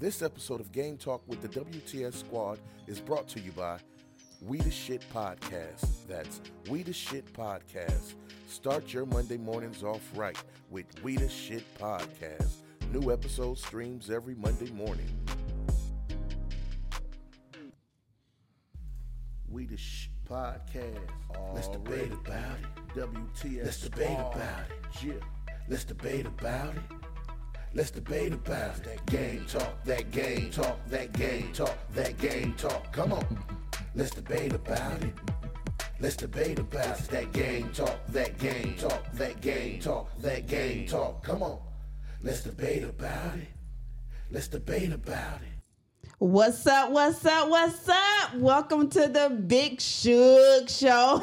This episode of Game Talk with the WTS Squad is brought to you by We the Shit Podcast. That's We the Shit Podcast. Start your Monday mornings off right with We the Shit Podcast. New episode streams every Monday morning. We the Shit Podcast. Let's debate about it. WTS. Let's debate about it. Yeah. Let's debate about it. Let's debate about it. That game talk, that game talk, that game talk, that game talk. Come on. Let's debate about it. Let's debate about it. That game talk, that game talk, that game talk, that game talk. Come on. Let's debate about it. Let's debate about it. What's up? What's up? What's up? Welcome to the Big Shook Show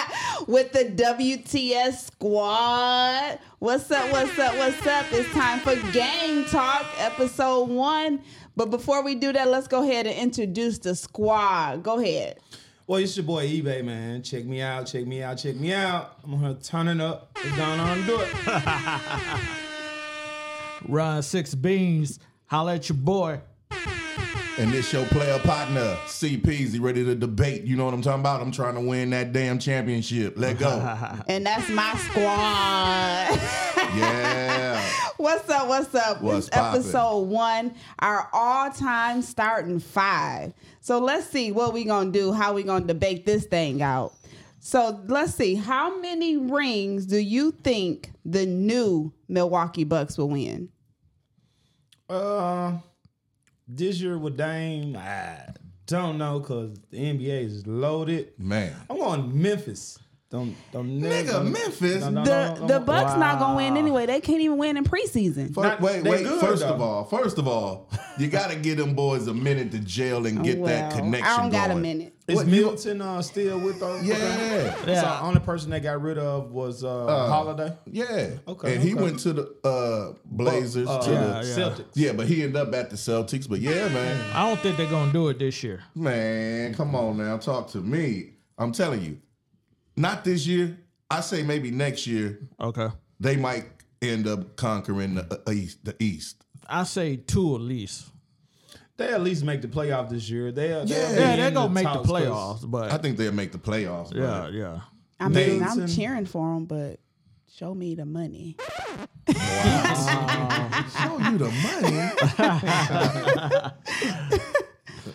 with the WTS Squad. What's up? What's up? What's up? It's time for Game Talk, episode one. But before we do that, let's go ahead and introduce the squad. Go ahead. Well, it's your boy eBay, man. Check me out, check me out, check me out. I'm gonna turn it up. It's going on do it. Run Six Beans. Holla at your boy. And this your player partner, CPZ, ready to debate. You know what I'm talking about? I'm trying to win that damn championship. Let go. And that's my squad. yeah. What's up? What's up? What's this episode one, our all-time starting five. So let's see what we gonna do. How we gonna debate this thing out? So let's see. How many rings do you think the new Milwaukee Bucks will win? Uh, this year with Dame, I don't know because the NBA is loaded. Man. I'm going Memphis. Don't don't never- Nigga, Memphis? The don't- the Bucks not gonna win anyway. They can't even win in preseason. Fir- Not- wait, they wait. good, first though. of all, first of all, you gotta get them boys a minute to jail and get that Well, connection. I don't got a going. minute. Is What, you- Milton uh, still with them? Yeah. So the only person they got rid of was uh, Holiday. Yeah. Okay, And he okay. went to the uh, Blazers. Uh, to the, yeah. Celtics. yeah, but he ended up at the Celtics. But yeah, man. I don't think they're gonna do it this year. Man, come on now, talk to me. I'm telling you, not this year. I say maybe next year Okay. they might end up conquering the uh, east. The east. I say two at least. They at least make the playoff this year. They yeah, Yeah, Yeah, they're gonna make the playoffs, but I think they'll make the playoffs. yeah, but- yeah. I mean, I'm Dayton. cheering for them, but show me the money. show you the money.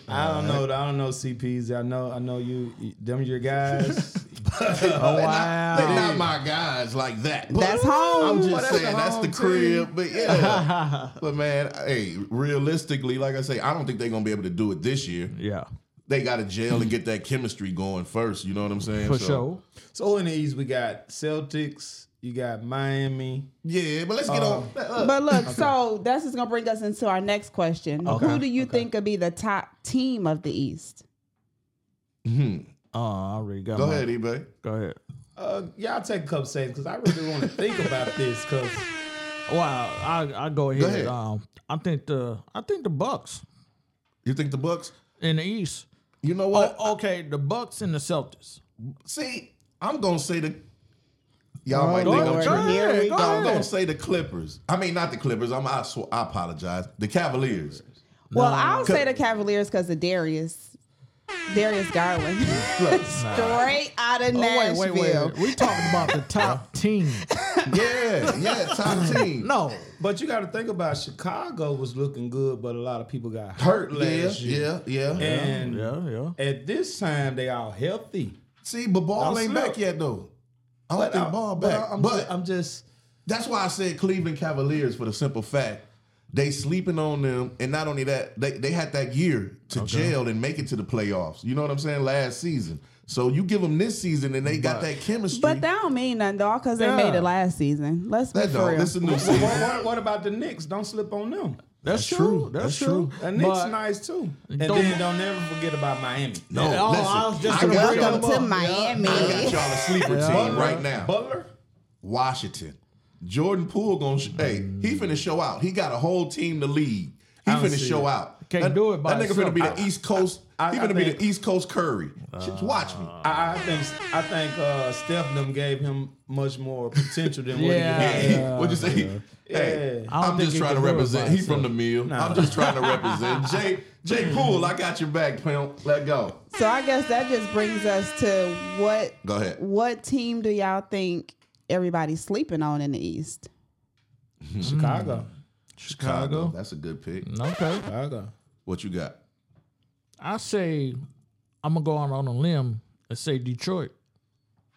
I don't know. I don't know CPs. I know. I know you. Them your guys. oh wow. they're not my guys like that. But That's home. I'm just Well, that's saying the that's the home crib, but yeah. but man, hey, realistically, like I say, I don't think they're gonna be able to do it this year. Yeah. They got to jail and get that chemistry going first. You know what I'm saying? For So- sure. So in the East, we got Celtics. You got Miami. Yeah, but let's get Um, on. But look, so that's just gonna bring us into our next question. Who do you think could be the top team of the East? Oh, I already got Go mine. ahead, eBay. Go ahead. Uh, y'all take a couple seconds because I really want to think about this. Because Wow, I I go ahead. ahead. Um I think the I think the Bucks You think the Bucks? in the East. You know what? Oh, okay, the Bucks and the Celtics. See, I'm gonna say the. Y'all might go think I'm ahead, tripping. go ahead, go I'm gonna ahead. say the Clippers. I mean, not the Clippers. I'm. I, sw- I apologize. The Cavaliers. Well, I'll say the Cavaliers because of Darius. Darius Garland. Straight out of Oh, wait, Nashville. wait, wait, wait. We talking about the top team. Yeah, yeah, top team. No. but you got to think about Chicago was looking good, but a lot of people got hurt hurt yeah, last year. yeah, yeah. And Yeah, yeah. at this time, they all healthy. See, but ball Now, ain't Slim- back yet though. I don't think I- ball but back, I'm, but I'm just That's why I said Cleveland Cavaliers for the simple fact they sleeping on them, and not only that, they, they had that year to jail and make it to the playoffs. You know what I'm saying? Last season. So you give them this season, and they got that chemistry. But that don't mean nothing, dog, because they Yeah. made it last season. Let's be that for don't. real. This is a new what, season. what, what about the Knicks? Don't slip on them. That's, true. That's true. The Knicks But- nice too. And Don't- then don't never forget about Miami. No, Oh, listen, I was just I gonna got bring y'all, Welcome to Yeah. Miami. I got y'all a sleeper team right now. Butler. Washington. Jordan Poole gonna sh- hey, Mm. he finna show out. He got a whole team to lead. He don't finna see show it. out. Can't that, do it by That nigga finna be himself. the East Coast. I- he I finna be think- the East Coast Curry. Just watch me. Ah. I, I think I think uh, Steph and them gave him much more potential than what Yeah. he What'd you say? Mm. Hey, I don't I'm think just he trying to can represent. glorify He from the mill. I'm just trying to represent. Jay Jay Poole, I got your back, pimp. Let go. So I guess that just brings us to what Go ahead. what team do y'all think everybody's sleeping on in the East? Chicago. Chicago. That's a good pick. Okay. Chicago. What you got? I say I'm gonna go out on a limb and say Detroit.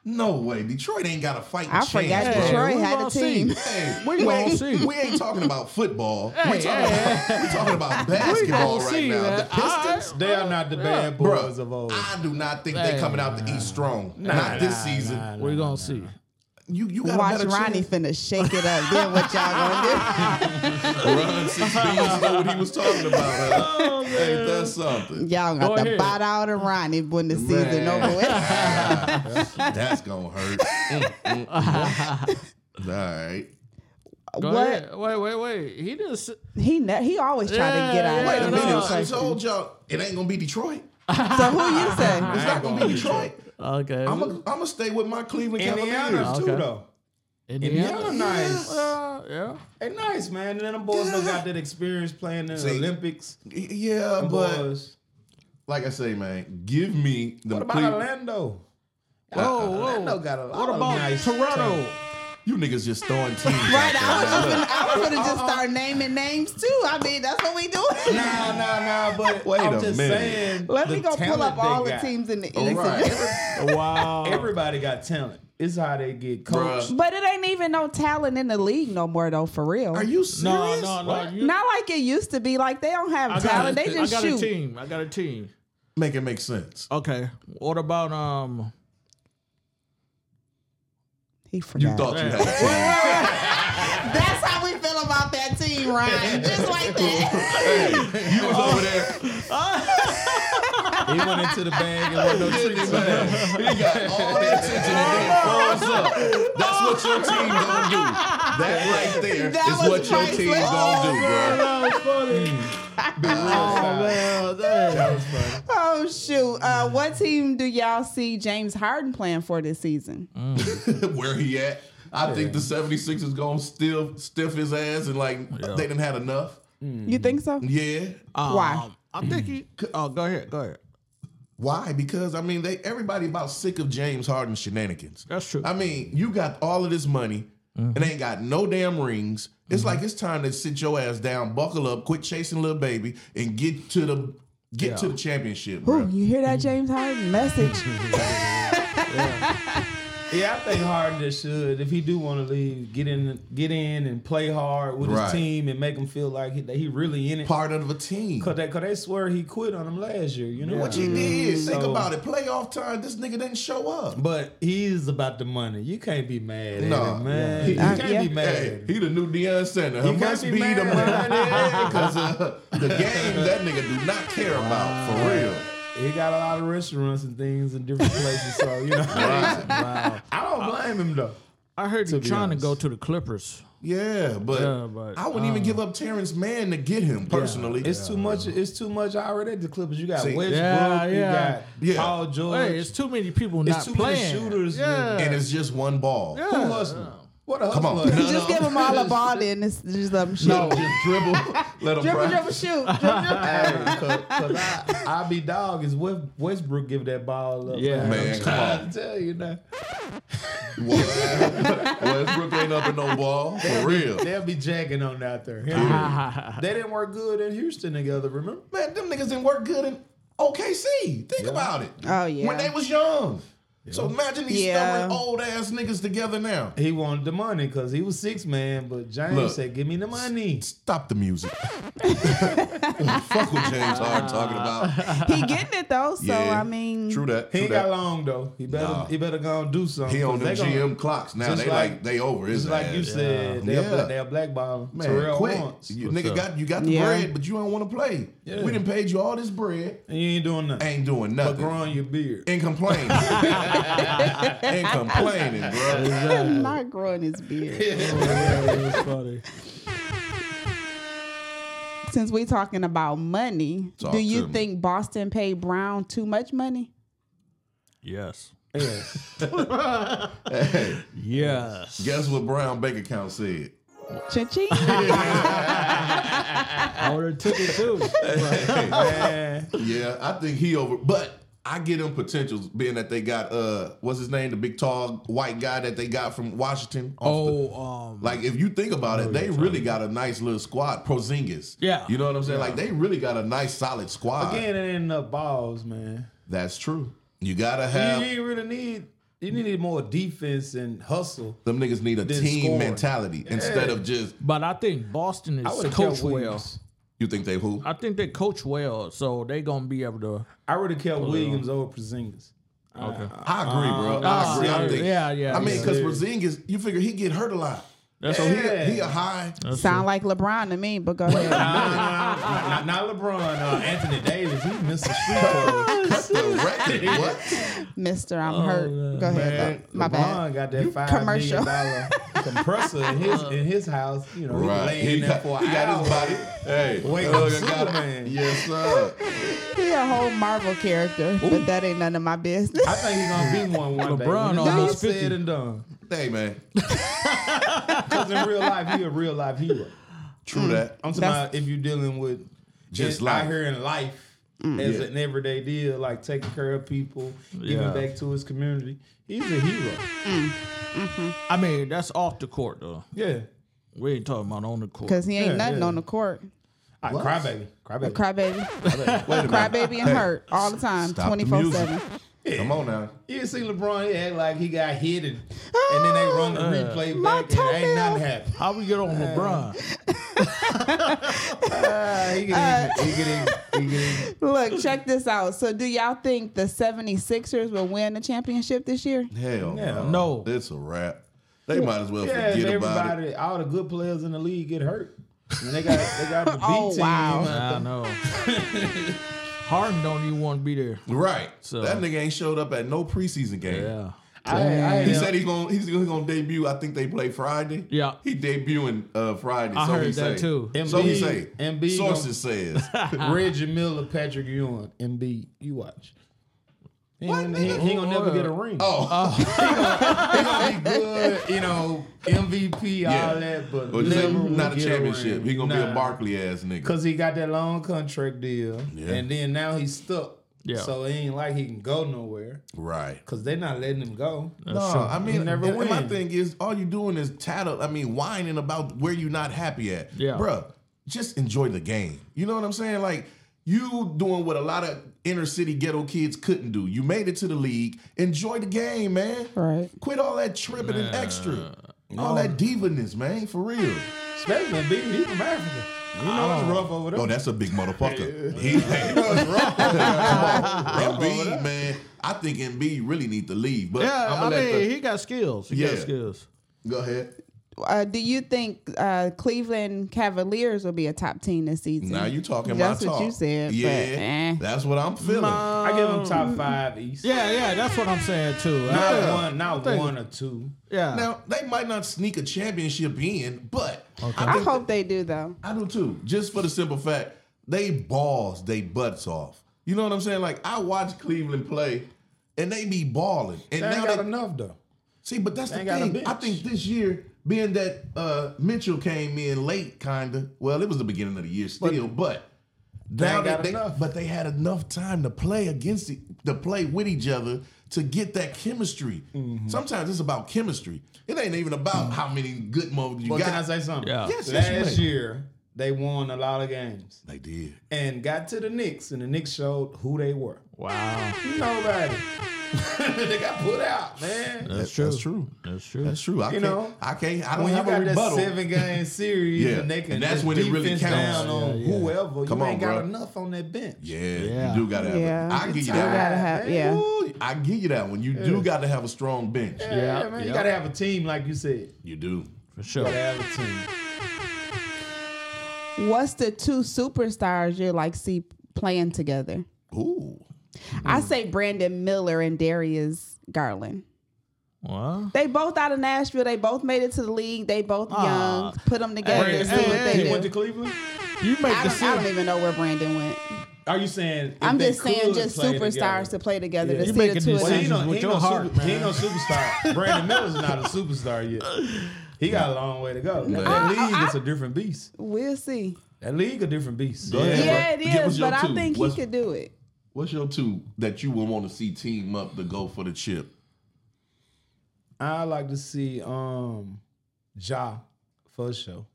No way. Detroit ain't got a fighting I chance. forgot bro. Detroit we had a gonna team. see. Hey, We we, gonna ain't, see. we ain't talking about football. Hey, we're, talking hey, about, we're talking about We basketball gonna right see, now. man. The Pistons, They are not the bad boys of bro. old. I do not think they coming out the East strong. not this season. We're gonna see. You you got Watch a better Ronnie chance. finna shake it up. then what y'all gonna Ron six beats know what he was talking about. Huh? hey, that's something. do? Y'all got Go to ahead. bot out of Ronnie when the season Man. over with. That's gonna hurt. Mm, mm, mm. All right. Go what ahead. Wait, wait, wait. He didn't. s- he ne- he always trying to get out. Yeah, Wait a no, minute. I I told y'all it ain't gonna be Detroit. So who you say? It's not gonna be Detroit. Okay. I'm gonna I'm stay with my Cleveland Cavaliers. Indiana too Okay. though. Indiana. Indiana nice. Uh, yeah. They nice, man. And then them boys don't got that experience playing in the See, Olympics. Yeah, Them but boys. like I say, man, give me the What about Orlando? Whoa, whoa. Orlando got uh, a lot What of about nice Toronto? You niggas just throwing teams. Right, out I was there. just gonna, I was gonna just start naming names too. I mean, that's what we do. Nah, nah, nah. But Wait I'm a just minute. saying. Let the me go pull talent up they all the got. teams in the East. All right. Wow. Everybody got talent. It's how they get coached. Bruh. But it ain't even no talent in the league no more though, for real. Are you serious? No, no, no. You, Not like it used to be. Like they don't have I got, talent. They just I got a shoot. team. I got a team. Make it make sense. Okay. What about um? He You forgot. thought you had a team. That's how we feel about that team, Ryan. Just like that. Hey, you was over there. He went into the bag and went no treats. Man, he got all the attention and then froze up. That's what your team gonna do. That right there is That was what your team priceless. gonna do, bro. Well, that- Oh shoot. Uh, what team do y'all see James Harden playing for this season? where he at. I think the 76 is going to still stiff his ass and like they didn't had enough. You think so? Yeah. Why? Um, I think he. could- Oh, go ahead. Go ahead. Why? Because I mean, they everybody about sick of James Harden's shenanigans. That's true. I mean, you got all of this money and ain't got no damn rings. It's like it's time to sit your ass down, buckle up, quit chasing little baby, and get to the get to the championship, bro. Ooh, you hear that James Harden message? Yeah, I think Harden just should, if he do want to leave, get in, get in and play hard with Right. his team and make him feel like he, that he really in it. Part of a team. Cause they, cause they swear he quit on him last year, you know. What you did? Think So- about it. Playoff time. This nigga didn't show up. But he's about the money. You can't be mad No. at him, man. He- you can't yeah. be mad. at Hey, him. he the new Deion Sanders. He You must can't be be the money mad. because uh, the game that nigga do not care about for real. He got a lot of restaurants and things in different places, so you know. wow. I don't blame him though. I heard you be trying honest. to go to the Clippers. Yeah, but, Yeah, but, I wouldn't even give up Terrence Mann to get him personally. um, It's too much. It's too much already at the Clippers. You got See, Westbrook. Yeah, yeah. You Yeah. got Paul George. Hey, it's too many people It's not too many playing. shooters. Yeah. and it's just one ball. Who hustling? What a Come on. hustler. No, just no. give them all a ball then. It's just let them um, shoot. Let him just dribble. Let him Dribble, practice. dribble, shoot. Dribble, dribble. Hey, cause, 'cause I, I be dog is West, Westbrook give that ball up. Yeah. Man, I'm come trying on. to tell you now. What? Westbrook ain't up in no ball for real. They'll be jacking on out there. they didn't work good in Houston together, remember? Man, them niggas didn't work good in OKC. Think about it. Oh, yeah. When they was young. So imagine these Yeah. stubborn old ass niggas together now. He wanted the money because he was six man, but James Look. said, "Give me the money." Stop the music. Fuck what James Harden talking about. He getting it though, so Yeah. I mean, true that. He True ain't that. got long though. He better Nah. he better go and do something. He 'cause on them they gonna- GM clocks now. Just They like, like- they over his Just like you ass. said, they'll Yeah. bla- they'll blackball him. Man, Terrell quick. Wants. You, What's nigga up? got you got the Yeah. bread, but you don't want to play. Yeah. We done paid you all this bread. and you ain't doing nothing Ain't doing but nothing. growing your beard. and complaining. and complaining, bro. not growing his beard. Since we talking about money, Talk do to you me. think Boston paid Brown too much money? Yes. Yeah. Yes. Guess what Brown bank account said? Cha-ching. I would have took it too. But, man, Yeah, I think he over. But I get them potentials being that they got uh, what's his name, the big tall white guy that they got from Washington. off the- Oh, um, like if you think about Oh, it, they really got a nice little squad. Prozingis. Yeah. you know what I'm saying. Like they really got a nice solid squad. again, it ain't enough balls, man. That's true. You gotta You, have you really need you need more defense and hustle. them niggas need a Then team scoring. mentality instead of just but I think Boston I would is have coached kept well. Williams. you think they who. I think they coach well, so they gonna be able to. uh, I would have kept Williams over Porzingis. I agree, Uh, bro. I agree. I yeah, think, yeah, yeah. I mean, Yeah. because Porzingis, you figure he get hurt a lot, That's so Yeah. he, he a high. Sound like LeBron to me, but go ahead. not, not LeBron, uh, Anthony Davis. He missed the free throw. That's the record. What? Mister, I'm Oh, hurt. Go ahead. though. My LeBron bad. got that five commercial. million dollar compressor in his in his house. You know, Right. he laying He there got, for he an got hour. his body. Hey, Wake look, up, I got it. Superman. Yes, sir. He a whole Marvel character, but that ain't none of my business. I think he's gonna be one one day. LeBron When it's all almost said 50. and done. Hey, man. Because in real life, he a real life hero. True that. Hmm. I'm talking about if you're dealing with Just just life. out here in life Mm. as Yeah. an everyday deal, like taking care of people, Yeah. giving back to his community. He's a hero. I mean, that's off the court though. Yeah. We ain't talking about on the court. Cause he ain't Yeah, nothing yeah. on the court. I, crybaby. Crybaby. Crybaby, Wait a minute. crybaby, and hurt all the time, stop the twenty four seven. Come on now. you see LeBron, he act like he got hit and, and then they run the Uh. replay my back and toenail. ain't nothing happened. How we get on LeBron? Uh, he get in, he get in, he get in. Look, check this out. So, do y'all think the 76ers will win the championship this year? Hell No. It's a wrap. They might as well Yeah, forget about it. everybody, all the good players in the league get hurt. And they got they got the B Oh, team. wow. I know. Harden don't even want to be there. Right. So- That nigga ain't showed up at no preseason game. Yeah. I, I, He said he's gonna he's gonna debut. I think they play Friday. Yeah. he debuting uh, Friday. I so heard he that say. too. So he Embiid- say. Embiid Sources says. Oh. Reggie Miller, Patrick Ewing, Embiid. You watch. He ain't, he, he ain't gonna never get a ring. Oh, he gonna be good, you know, MVP, Yeah. all that, but Or just say, never will not a get championship. ring. He gonna be Nah. a Barkley ass nigga. Cause he got that long contract deal, and then now he's stuck. Yeah. So it ain't like he can go nowhere. Right. Cause they're not letting him go. No, I mean, You never and- and my win. thing is, all you doing is tattle. I mean, whining about where you're not happy at. Yeah. Bruh, just enjoy the game. You know what I'm saying? Like, you doing what a lot of inner city ghetto kids couldn't do. You made it to the league. Enjoy the game, man. Right. Quit all that tripping and extra. All that divaness, man, for real. Especially Embiid, he's from Africa. You know it's rough over there. Oh, that's a big motherfucker. He, you know it's rough. Embiid, man, I think Embiid really need to leave. But Yeah, I'm I gonna let mean, the- he got skills. He got Yeah. skills. Go ahead. Uh, do you think uh, Cleveland Cavaliers will be a top team this season? Now you talking That's my what talk. you said, but, Yeah, eh. that's what I'm feeling. I give um, him top five East. Yeah, yeah, that's what I'm saying too. Not I- one, not think- one or two. yeah. now they might not sneak a championship in, but I, I think- hope they do though. I do too. Just for the simple fact, they balls they butts off. You know what I'm saying? Like I watch Cleveland play, and they be balling. And They now ain't they got enough though. see, but that's the ain't got a thing. bench. I think this year, being that uh, Mitchell came in late, kinda. Well, it was the beginning of the year still, but. Now ain't they, got they- enough. but they had enough time to play against it, to play with each other to get that chemistry. Mm-hmm. Sometimes it's about chemistry. It ain't even about how many good motherfuckers you But got. can I say something? Yeah. Yes, yes, you Last may. year, they won a lot of games They did. and got to the Knicks, and the Knicks showed who they were. Wow. Nobody. they got put out, man. That's true. That's true. That's true. That's true. I You can't. know, I can't. I don't When you have a got that rebuttal. seven game series, Yeah, and they can and that's just when it really defense counts. down on Yeah, yeah. whoever. Come you on, ain't bruh. got enough on that bench. Yeah, Yeah. you do gotta have. Yeah, Yeah, I give you you gotta that. have yeah. Ooh, I give you that one. You do gotta have a strong bench. Yeah, man. You yeah. gotta have a team, like you said. You do. For sure. You gotta have a team. What's the two superstars you like see playing together? Ooh. I say Brandon Miller and Darius Garland. Wow. They both out of Nashville. They both made it to the league. They both Ah. young. Put them together. Brandon see what Miller, they he do. Went to Cleveland. You make I the don't, I don't city. even know where Brandon went. Are you saying? if I'm they just saying, could just play superstars together? to play together Yeah. to You see making the two of Well, decisions. he them. don't, with he ain't your no heart, super, he ain't no superstar. Brandon Miller's not a superstar yet. He got a long way to go. That I- league is a different beast. We'll see. That league a different beast. Go ahead. Yeah, it Give us is, your but I two. think he What's- could do it. What's your two that you would want to see team up to go for the chip? I like to see um Ja for sure.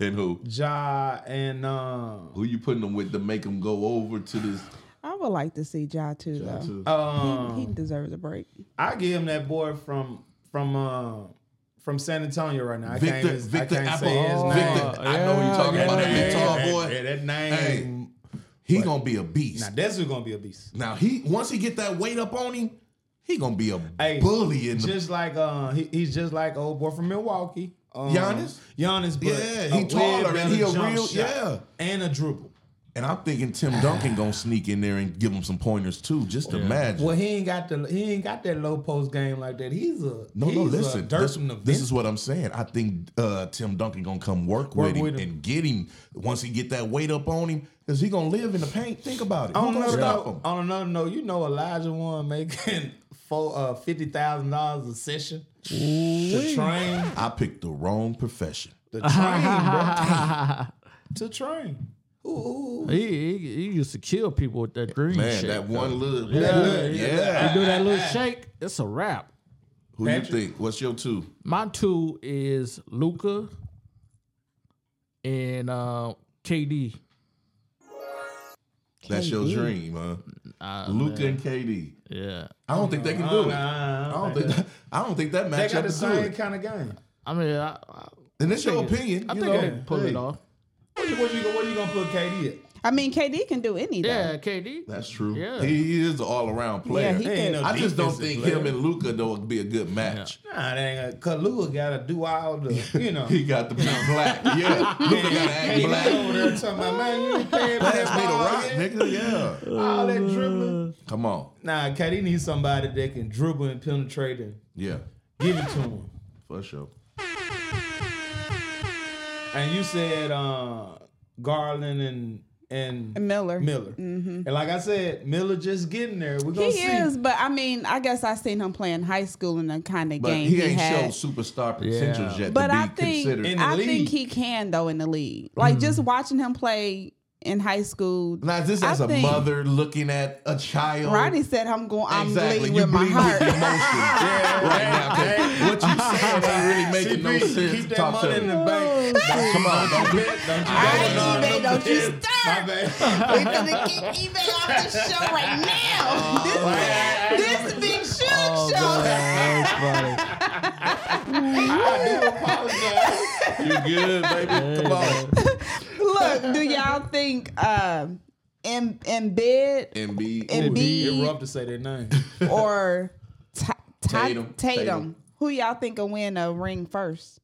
And who? Ja and um Who you putting them with to make them go over to this? I would like to see Ja too, though. um He deserves a break. I give him that boy from from uh, from San Antonio right now. I can't, Victor, his- I Victor can't Apple. Oh, say his name. Victor, I know who you're talking about. That big Yeah, tall that- boy. yeah, that name. Hey. He gonna be a beast. Now that's who's gonna be a beast. Now he once he get that weight up on him, he gonna be a Hey, bully in the Just like uh, he, he's just like old boy from Milwaukee. Um, Giannis? Giannis, but Yeah, he a way taller and better he a jump real- shot yeah. and a dribble. And I'm thinking Tim Duncan gonna sneak in there and give him some pointers too. Just imagine. Well, he ain't got the he ain't got that low post game like that. He's a no, no, he's a listen. dirt This, from the this bench. is what I'm saying. I think uh, Tim Duncan gonna come work, Work with, him with him. and get him once he get that weight up on him. Cause he gonna live in the paint. Think about it. Who On gonna another, stop note, him? on another note, you know Elijah one making four uh, fifty thousand dollars a session. To train, I picked the wrong profession. to train, bro. to train. Ooh, He, he, he used to kill people with that green Man, shit. that one little Yeah. yeah. do that little shake. It's a wrap. Who Patrick. you think? What's your two? My two is Luca and uh, KD. That's your dream, huh? Luca and KD. Yeah, I don't think they can do it. nah, I don't think. That, I don't think that they matchup got the is good. same kind of game. I mean, I, I, And it's your think it- opinion. I you think know. they can pull Hey, it off. What you, what you, what you gonna put KD at? I mean, KD can do anything. Yeah, KD. That's true. Yeah. He, he is the all around player. he- ain't no I just don't defensive think player. him and Luca though would be a good match. Nah, they ain't got Kalua gotta do all the you know. He got to be black. Yeah, Luca got to act Hey, black. he over there Oh, talking about man, you ain't paying for Pass me the rock, that nigga. Yeah, ball, all that dribbling. come on. Nah, KD needs somebody that can dribble and penetrate and Yeah, give it to him. for sure. And you said uh, Garland and and And Miller. Mm-hmm. Miller. And like I said, Miller just getting there. We're He gonna see. is, but I mean, I guess I seen him playing high school and the kind of But game he, he, ain't had. shown superstar potential Yeah. yet but to be I think considered. Hmm. In the I league. think he can though in the league. Like just watching him play in high school. Now, is this I as a think- mother looking at a child? Rodney said, "I'm going. I'm Exactly. leading You with my bleed with your heart." emotions right now. 'cause What you saying ain't really making no Keep sense. that Talk to money me. in the bank. Oh, Come on, don't do Don't you I bet. ain't eBay, don't you start. My bad. We're gonna get eBay off the show right Oh, now. this, this big shook show. You good, baby? Come on. Look, do y'all think um, in in bed Embiid. Embiid. It rough to say their name. or Ti- Ti- Tatum. Tatum. Tatum. Who y'all think will win a ring first?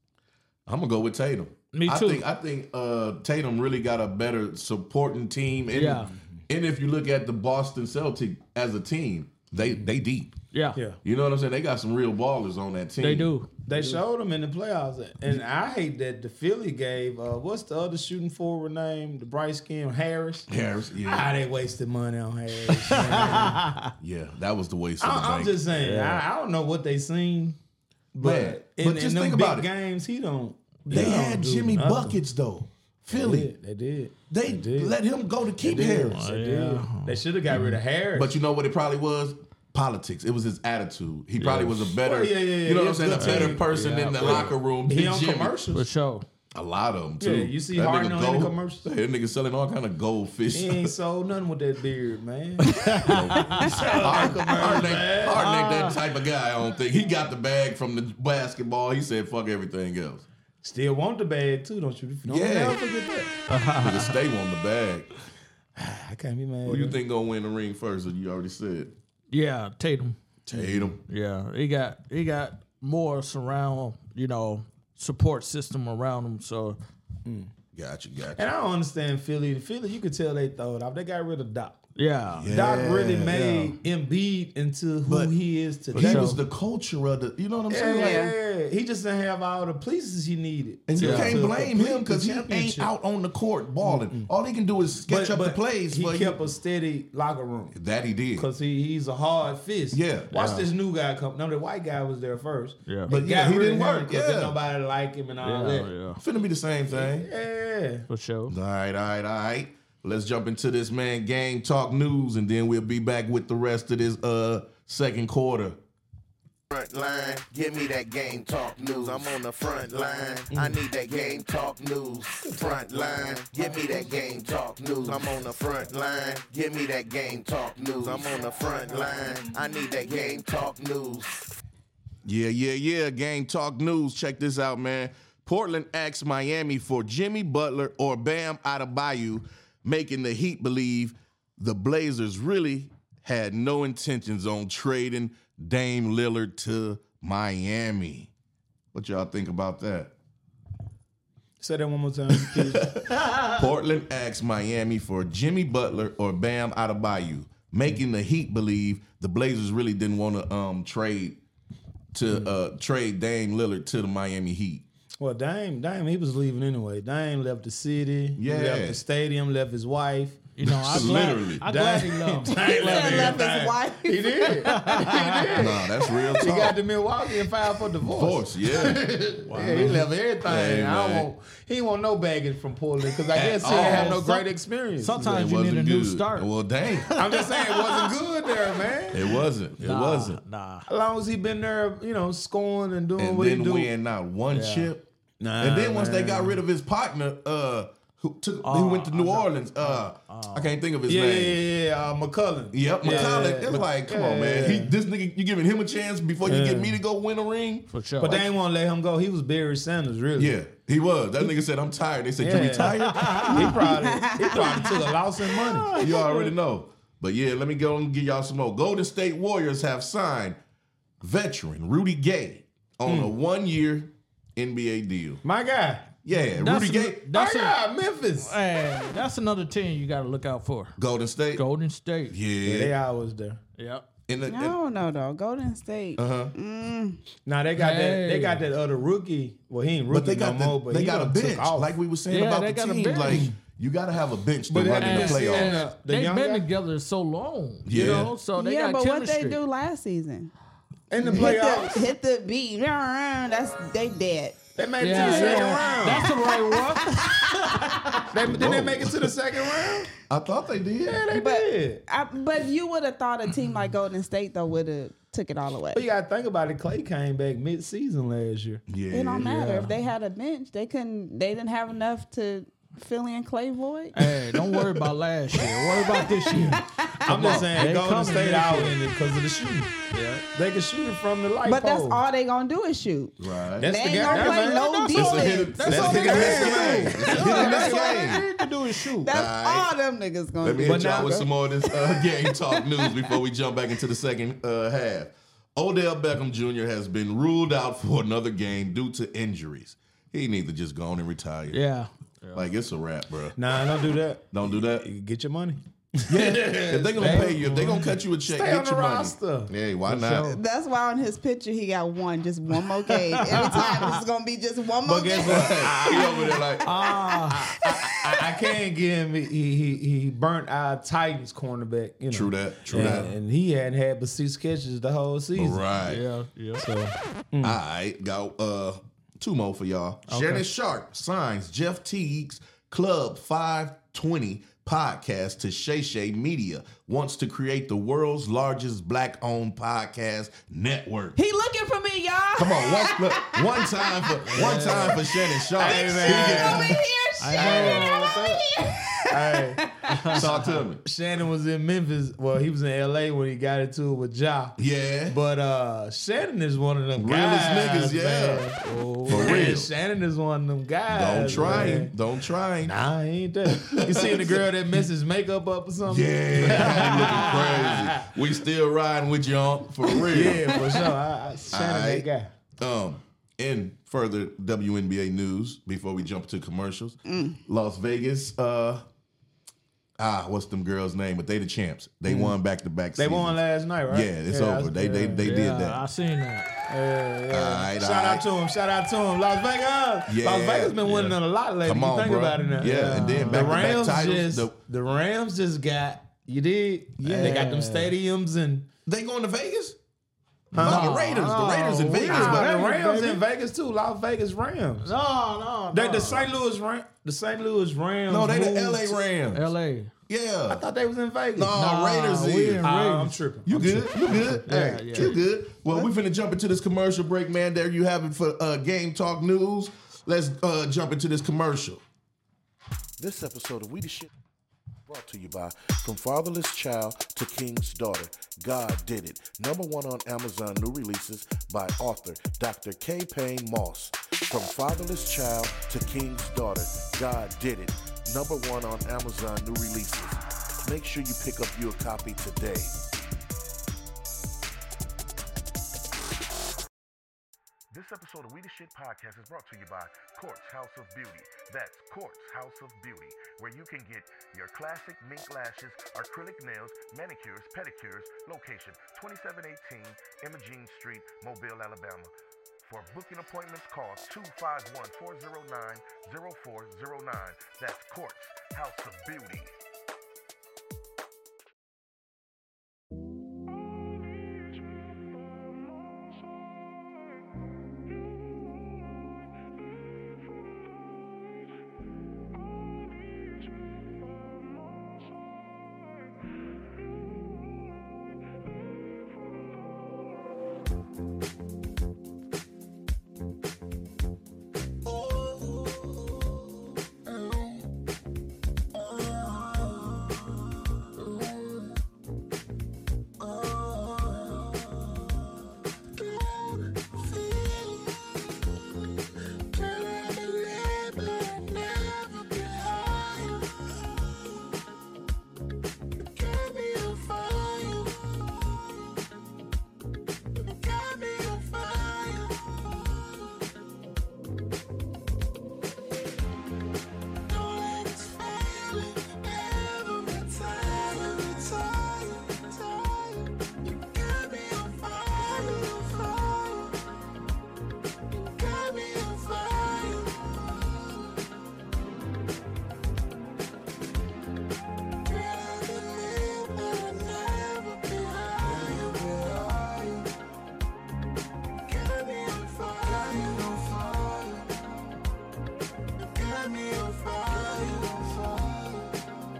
I'm gonna go with Tatum. Me I too. think I think uh, Tatum really got a better supporting team. And, Yeah. and if you look at the Boston Celtic as a team, they they deep. Yeah, Yeah. You know what I'm saying? They got some real ballers on that team. they do. They showed him in the playoffs, and I hate that the Philly gave. Uh, what's the other shooting forward name? The bright skin Harris. Harris, yeah, Ah, they wasted money on Harris. yeah, that was the waste of the Ah. I, am bank. just saying. I, I don't know what they seen, but Man, in, but in just them think big about it. games, he don't. they don't had do Jimmy nothing. buckets though. They Philly, did. They did. They let him go to keep Harris. They, did. they should have got rid of Harris. Mm-hmm. But you know what it probably was? Politics. It was his attitude. He probably was a better, Well, yeah, yeah, yeah. you know He what I'm was saying, a good better team. person in the locker room. he than on Jimmy. commercials. For sure. A lot of them too. Yeah, you see That Harden nigga on any gold- commercials? That nigga selling all kind of goldfish. He ain't sold nothing with that beard, man. Harden, Harden ain't, Harden ain't Ah. that type of guy. I don't think he got the bag from the basketball. He said, "Fuck everything else." Still want the bag too, don't you? Don't Yeah. never forget that. nigga, stay on the bag. I can't be mad. Who you think gonna win the ring first? You already said Yeah, Tatum. Tatum. Yeah, he got he got more surround, you know, support system around him. So Gotcha, gotcha. And I don't understand Philly. Philly, you could tell they throw it off. They got rid of Doc. Yeah. Doc Yeah, really made Embiid into who But- he is today. He sure. was the culture of the. You know what I'm yeah, saying? Like, he just didn't have all the pieces he needed. And you to- can't to blame complete him because the he ain't championship. out on the court balling. All he can do is sketch up the plays. He but he- kept a steady locker room that he did. because he, he's a hard fist. Yeah. Watch Yeah. this new guy come. No, the white guy was there first. Yeah. But But yeah, yeah, he didn't work, yeah. because nobody liked him and all Yeah, that. yeah. Finna be the same thing. Yeah. For sure. All right, all right, all right. Let's jump into this man game talk news, and then we'll be back with the rest of this uh second quarter. front line. Give me that game talk news. I'm on the front line. I need that game talk news. Front line. Give me that game talk news. I'm on the front line. Give me that game talk news. I'm on the front line. I need that game talk news. Yeah, yeah, yeah. Game talk news. Check this out, man. Portland asks Miami for Jimmy Butler or Bam Adebayo, making the Heat believe the Blazers really had no intentions on trading Dame Lillard to Miami. What y'all think about that? Say that one more time. please. Portland asks Miami for Jimmy Butler or Bam Adebayo, making the Heat believe the Blazers really didn't want to um, trade to uh, trade Dame Lillard to the Miami Heat. well, Dame, Dame, he was leaving anyway. Dame left the city. Yeah. He left the stadium. Left his wife. You know, I Literally. glad, I glad he Dang. left. Dame left his everything. wife. He did. He did. Nah, that's real talk. He got to Milwaukee and filed for divorce. Force, yeah. Yeah, he left everything. Hey, I don't man. want, he want no baggage from Portland because I guess he all. had no Some- great experience. Sometimes you need a new start. Well, dang, I'm just saying it wasn't good there, man. it wasn't. It Nah, wasn't. Nah. How long has he been there, you know, scoring and doing And what he then do? winning not one chip. Nah, and then once they man. got rid of his partner, uh, who took who went to Oh, New Orleans, uh, I can't think of his Yeah, yeah, name. yeah, yeah, uh, McCullen. Yep, Yeah, McCullough. That's yeah. like, come on, Yeah, man. yeah, He, yeah. this nigga, you giving him a chance before you get me to go win a ring? For sure. But they ain't want to let him go. He was Barry Sanders, really. Yeah, he was. That nigga said, I'm tired. They said, Yeah. you retired? He probably, he probably took a loss in money. you already know. But yeah, let me go and give y'all some more. Golden State Warriors have signed veteran Rudy Gay on Hmm. a one year NBA deal. My guy. Yeah, That's Rudy an- Gay. My That's a- guy, Memphis. hey, that's another team you got to look out for. Golden State. Golden State. Yeah, yeah. they always there. Yep. In the, in- I don't know though. Golden State. Now they got that. They Hey. got that other rookie. Well, he ain't rookie but they got no more. the, But they he got a done took bench. off. Like we were saying Yeah, about they the got a team. bench. Like you gotta have a bench to But run in the that's- playoffs. and, uh, the They've young been guy- together so long. Yeah. You know, so Oh, they yeah, got but chemistry. what they do last season? in the Hit playoffs. the, hit the beat. That's they dead. They made it to Yeah, the second yeah. round. That's the right one. They, did they make it to the second round? I thought they did. Yeah, they But- did. I, but you would have thought a team like Golden State though would have took it all away. But you gotta think about it. Clay came back mid-season last year. Yeah. It don't matter if they had a bench. They couldn't. They didn't have enough to fill in Clay Void. hey, don't worry about last year. Worry about this year. I'm just saying, They Golden coming. State out in it because of the shooting. Yeah, they can shoot it from the light But that's pole. all they gonna do is shoot. Right. That's They the ain't guy- gonna that's play all- no that's all- defense. That's all Let's they hit it can this game. Let's hit it this game. to do is shoot. That's Alright. all them niggas gonna Let me do. But hit y'all now- with some more of this uh, game talk news before we jump back into the second uh, half. Odell Beckham Jr. has been ruled out for another game due to injuries. He needs to just go on and retire. Yeah. Like it's a wrap, bro. Nah, don't do that. Don't do that. You Get your money. If they gonna pay you, if they gonna cut you a check, Stay get on the your money. roster. Hey, why not? sure. That's why on his picture he got one, just one more game. Every time it's gonna be just one more But guess game. what? he over there like I, I can't give him. He he, he burnt our Titans cornerback. You know. true that, true And, that. and he hadn't had but six catches the whole season. Right. Yeah. Yeah. All right, got uh two more for y'all. Shannon Sharp signs Jeff Teague's Club 520 podcast to Shay Shay Media. Wants to create the world's largest black-owned podcast network. He looking for me, y'all. Come on, one, look, one time for one time for Shannon Sharp. Hey, He man. Over here, Shannon. Hey, hey, get- talk to me. Shannon was in Memphis. Well, he was in LA when he got into it with Ja. Yeah, But uh Shannon is one of them Realest guys. niggas, yeah. man. Oh, For man, real. Shannon is one of them don't guys. man. try him. Don't try him. Nah, he ain't that. You seen the girl that messed his makeup up or something? Yeah, looking crazy. We still riding with you on for real. Yeah, for sure. I, I, Shannon, Aight. that guy. Um, in further Mm. WNBA news, before we jump to commercials, Las Vegas uh, ah, what's them girls' name? But they the champs. They won back to back. Mm. They won last night, right? Yeah, it's I over. was- They they yeah. they yeah, did I that. seen that. Yeah, yeah. All right, shout all out right. to him. Shout out to him. Las Vegas. Yeah, Las Vegas been winning a lot lately. Come you on, think bro. about it now. Yeah, and the then back-to-back Rams titles, just the- the, Rams just got you did. Yeah, they got them stadiums and They going to Vegas? No, the Raiders. The no, Raiders in we Vegas. not. but- the Rams baby. in Vegas too. Las Vegas Rams. No, no, They, the St. Louis Rams. The St. Louis Rams. No, they the moved- LA Rams. L.A. Yeah. I thought they was in Vegas. no, Raiders we is. in- Ah, I'm tripping. You I'm good? You good? Hey, yeah. you good? Well, we finna jump into this commercial break, man. There you have it for uh, Game Talk News. Let's uh, jump into this commercial. This episode of We the Shit brought to you by From Fatherless Child to King's Daughter. God Did It. Number one on Amazon new releases by author Dr. K. Payne Moss. From Fatherless Child to King's Daughter. God Did It. Number one on Amazon new releases. Make sure you pick up your copy today. This episode of We the Shit Podcast is brought to you by Courts House of Beauty. That's Courts House of Beauty, where you can get your classic mink lashes, acrylic nails, manicures, pedicures. Location 2718 Imogene Street, Mobile, Alabama. For booking appointments, call 251 409 0409. That's Courts House of Beauty.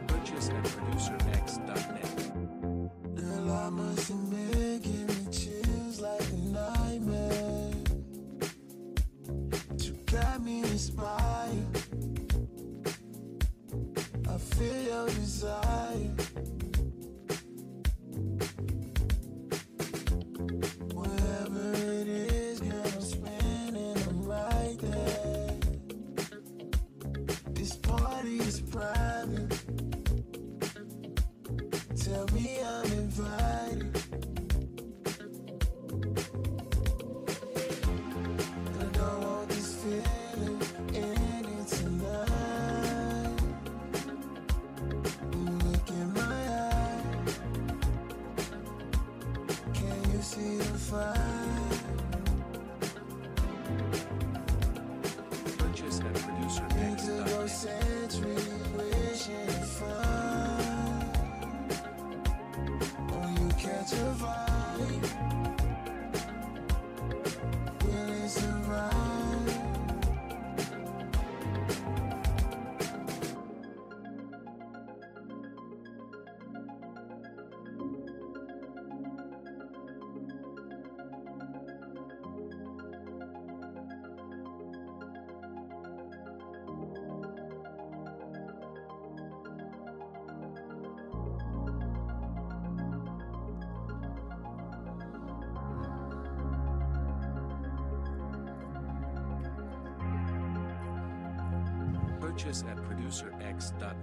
Purchase at producerx.net. Purchase at producerx.net. Purchase at producerx.net.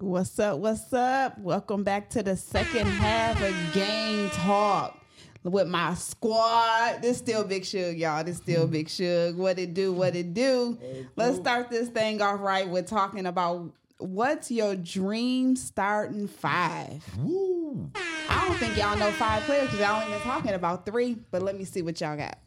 What's up? What's up? Welcome back to the second half of Game Talk. with my squad. This still Big Shug, y'all. This still Hmm. Big Shug. What it do? What it do? Let's start this thing off right with talking about what's your dream starting five. Woo. I don't think y'all know five players because y'all only been talking about three. But let me see what y'all got.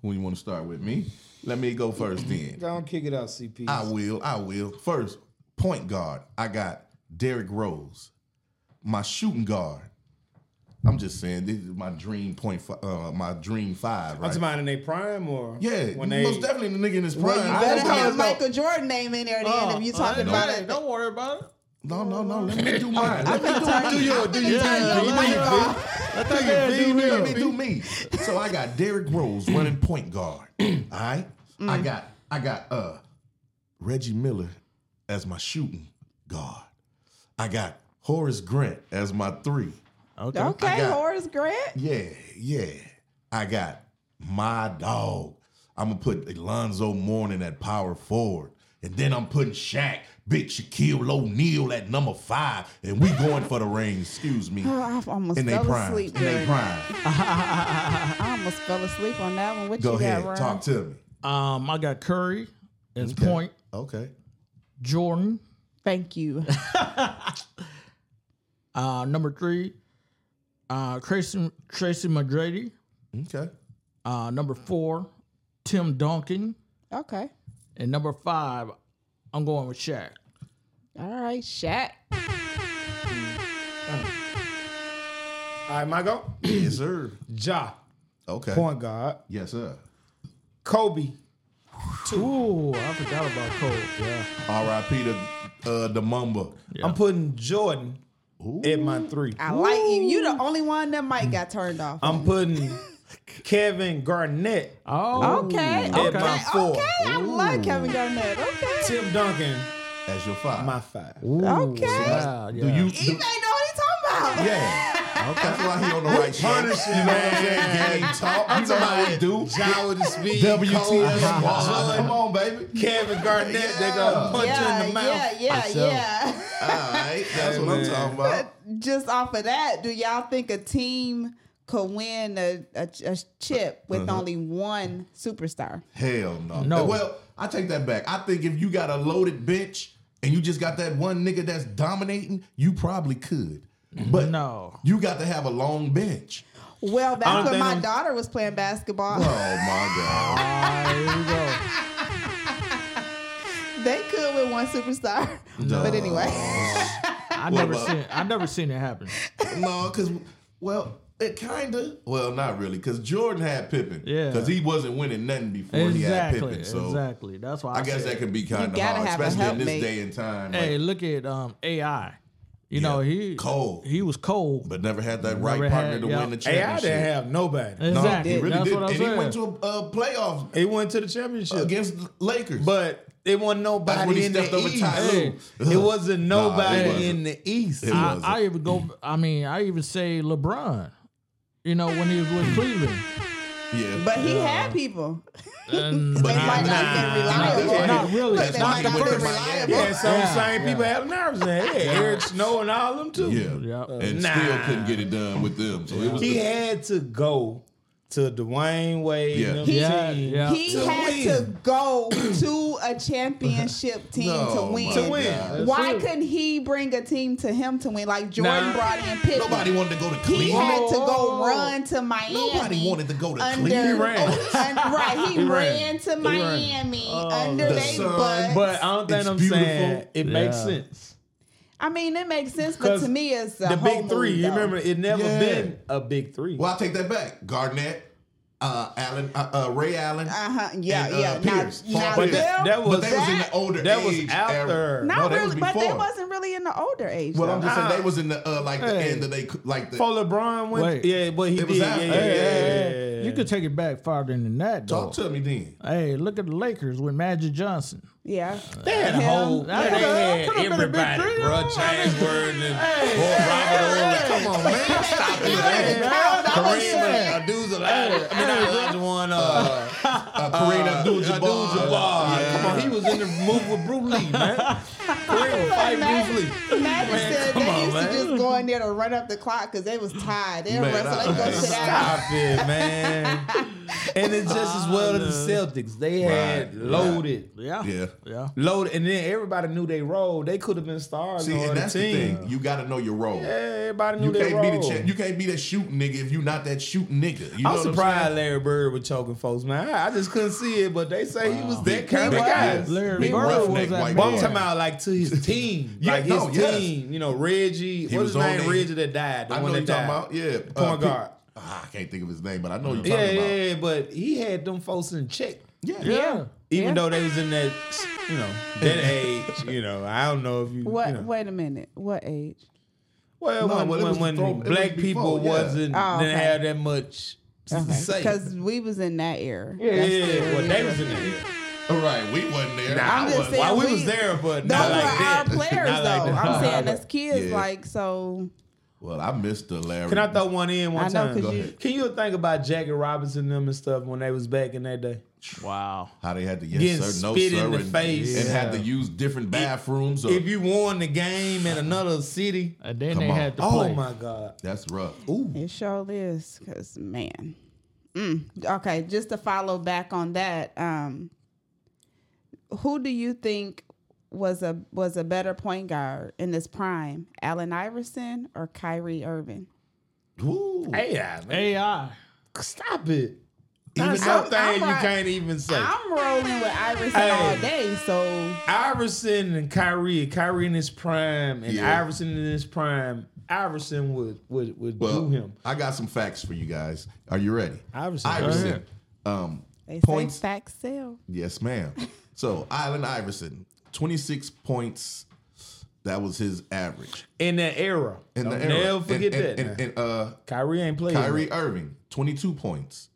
Who you want to start with? Me? Let me go first then. Don't kick it out, CP. I will. I will. First, point guard. I got Derrick Rose. My shooting guard. I'm just saying this is my dream point. fi- Uh, my dream five. I'm Right? talking about in their prime or yeah. when they most definitely the nigga in his prime. Well, you better I don't have care. Michael Jordan name in there then Oh, if you Oh, talking about it. Don't worry about it. No, no, no. Let me do mine. Let me do do your, do your, Let that man do me, him. let me do me. So I got Derrick Rose running point guard. All right. I got I got uh Reggie Miller as my shooting guard. I got Horace Grant as my three. I Okay, got- Horace Grant. Yeah, yeah. I got my dog. I'm gonna put Alonzo Mourning at power forward. And then I'm putting Shaq, Big Shaquille O'Neal at number five. And we going for the rings, excuse me. Oh, I almost In their fell prime. asleep. In their during- prime. I almost fell asleep on that one. What Go you ahead, got, Ron? talk to me. Um, I got Curry as point. Okay. Jordan, Thank you. uh, number three. Uh, Tracy Tracy McGrady. Okay. Uh, number four, Tim Duncan, Okay. and number five, I'm going with Shaq. All right, Shaq. All right, my go. Yes, sir. Ja, Okay. point guard. Yes, sir. Kobe, Ooh, I forgot about Cole. Yeah. R.I.P. to uh, the Mamba. I'm putting Jordan at my three. I like you. You the only one that Mike got turned off. I'm putting Kevin Garnett, Oh, okay. Okay. at my Okay. four. I love Kevin Garnett. Okay. Tim Duncan, As your five. Uh, my five. Okay. Yeah, Do yeah. you? He may Do, know what he talking about. yeah. Okay. That's why he on the right show. punishing, you know what I'm saying? Game talk. You know how we do. Ja with the speed. WTF. Jordan, Come on, baby. Kevin Garnett, they Yeah. gonna punch you Yeah, in the mouth. yeah, yeah, yeah. All right. That's what I'm talking about. But just off of that, do y'all think a team could win a, a, a chip with Uh-huh. only one superstar? Hell no. No. Well, I take that back. I think if you got a loaded bench and you just got that one nigga that's dominating, you probably could. But No. you got to have a long bench. Well, I back don't when think my I'm- daughter was playing basketball, Oh my God. All right, here we go. they could with one superstar. But anyway, I never about- seen. I never seen it happen. no, because well, it kinda. Well, not really, because Jordan had Pippen. Yeah. Because he wasn't winning nothing before he had Exactly. Pippen. So Exactly. That's why I, I guess said- that could be kind of gotta hard, have a especially in this helpmate. day and time. Hey, like, look at um AI. You know he Cold. He was cold. but never had that right Never partner had- to yeah. win the Hey, I championship. didn't have nobody. no, Exactly. he really That's did. what I'm and saying. he went to a uh, playoff He went to the championship, against the Lakers. but it wasn't That's when nobody he in the stepped over East. Ty Lue. It wasn't Nah, it nobody wasn't. in the East. It I, wasn't. I even go. I mean, I even say LeBron. You know when he was with Cleveland. yeah, but he had people. And- They nah, like, nah, I can nah, rely nah, on. not really. But they why like, Not the he I went to can first. rely on. Miami. Yeah, some Yeah, same yeah. people have nerves in there. Yeah, Eric Snow and all them too. yeah, Yep. and Nah. still couldn't get it done with them. So it was He the- had to go to Dwayne Wade. Yeah. and them Yeah, team yeah. He To had win. to go to a championship team Oh, to win. my To win. God. Why couldn't he bring a team to him to win? Like Jordan Nah. brought in Pippen. Nobody wanted to go to He had Cleveland. to go run to Miami. Nobody wanted to go to under, Cleveland. He ran. un- right, he, He ran. ran. Oh, to Miami under The they sun, butt. But I don't think It's I'm beautiful. saying it makes Yeah. sense. I mean, it makes sense, but 'Cause to me, it's a The whole big three. move, You though. remember it never Yeah. been a big three. Well, I take that back. Garnett, uh, Allen, uh, uh, Ray Allen. Uh-huh. Yeah, and, uh, yeah. Pierce. Now, now Paul Pierce. them- That- that but they was in that- the older that was age after- era. not no, that was really, but before. they wasn't Uh-uh. really in the older age. Well, though. I'm just saying they was in the uh, like the Hey. end of they like the. For LeBron went. Wait. Yeah, but he It did. was Yeah, after. yeah, Hey, yeah, hey, yeah, yeah. You could take it back farther than that. Though. Talk to me then. Hey, look at the Lakers with Magic Johnson. yeah. They had a Him. whole. That they could've- had could've been a big everybody, three, bro. though. James Worthy, Come on, man. Stop it, Yeah, man. that was it. Kareem, Abdul-Jabbar. I mean, not Elijah one. Uh, Uh, Kareem Abdul-Jabbar. Abdul-Jabbar. Come on, he was in the move with Bruce Lee, man. Kareem was fighting Madden Bruce Lee. Man, said come they on, used man. to just go in there to run up the clock because they was tired. They were Man, wrestling. I- They go sit down. Stop it, man. And it's just as well as the Celtics. They had Ah, Right, loaded. Yeah. Yeah. Yeah. Loaded, and then everybody knew they role. They could have been stars. See, on and that's the team. thing. You got to know your role. Yeah, everybody knew You they can't role. be the champ. You can't be that shooting nigga if you not that shooting nigga. You know I'm what surprised Larry Bird was choking folks, man. I, I just couldn't see it, but they say he was that kind of big- guy. yeah. Larry Big Bird roughneck was at white But I'm boy. Memphis. talking about like to his team, Yeah, like no, his yes. team. You know, Reggie. He What's his was on name? there. Reggie that died. The I'm saying? I one know that you died. talking about. Yeah, Point Pe- guard. Ah, I can't think of his name, but I know you talking Yeah, about. yeah, yeah, but he had them folks in check. Yeah, Yeah. Even Yeah. though they was in that, you know, that age. You know, I don't know if you. What? You know. Wait a minute. What age? Well, No, when, well, it was when, when before- it was black people before, yeah. wasn't Oh, didn't okay. have that much to say. Because we was in that era. Yeah, That's yeah, the yeah. Well, era they we was were in there. All right, we wasn't there. Nah, I I just wasn't. saying- Well, we, we- was there, but Those not were like our that. players, Not like though. that. I'm saying as kids, Yeah. like so. Well, I missed the Larry. Can I throw one in one I know, time? 'cause Go you- ahead. Can you think about Jackie Robinson and them and stuff when they was back in that day? Wow. How they had to yes Getting sir, no spit sir, in the and, face. and had to use different bathrooms. Or, If you won the game in another city, And then Come they on. had to play. oh my god! that's rough. It sure is, cause man. Mm. Okay, just to follow back on that, um, who do you think was a was a better point guard in his prime, Allen Iverson or Kyrie Irving? Ooh. AI, man, AI. stop it. Even That's though- something I'm- I'm you right. can't even say. I'm rolling with Iverson Hey. all day, so Iverson and Kyrie, Kyrie in his prime, and Yeah. Iverson in his prime, Iverson would would would Well, do him. I got some facts for you guys. Are you ready? Iverson, go ahead. um, they points. say facts sell. Yes, ma'am. So, Allen Iverson, 26 points. That was his average. In that era, In the Don't era. never And- forget and- that. And, now. and, uh, Kyrie ain't played. Kyrie Irving, 22 points.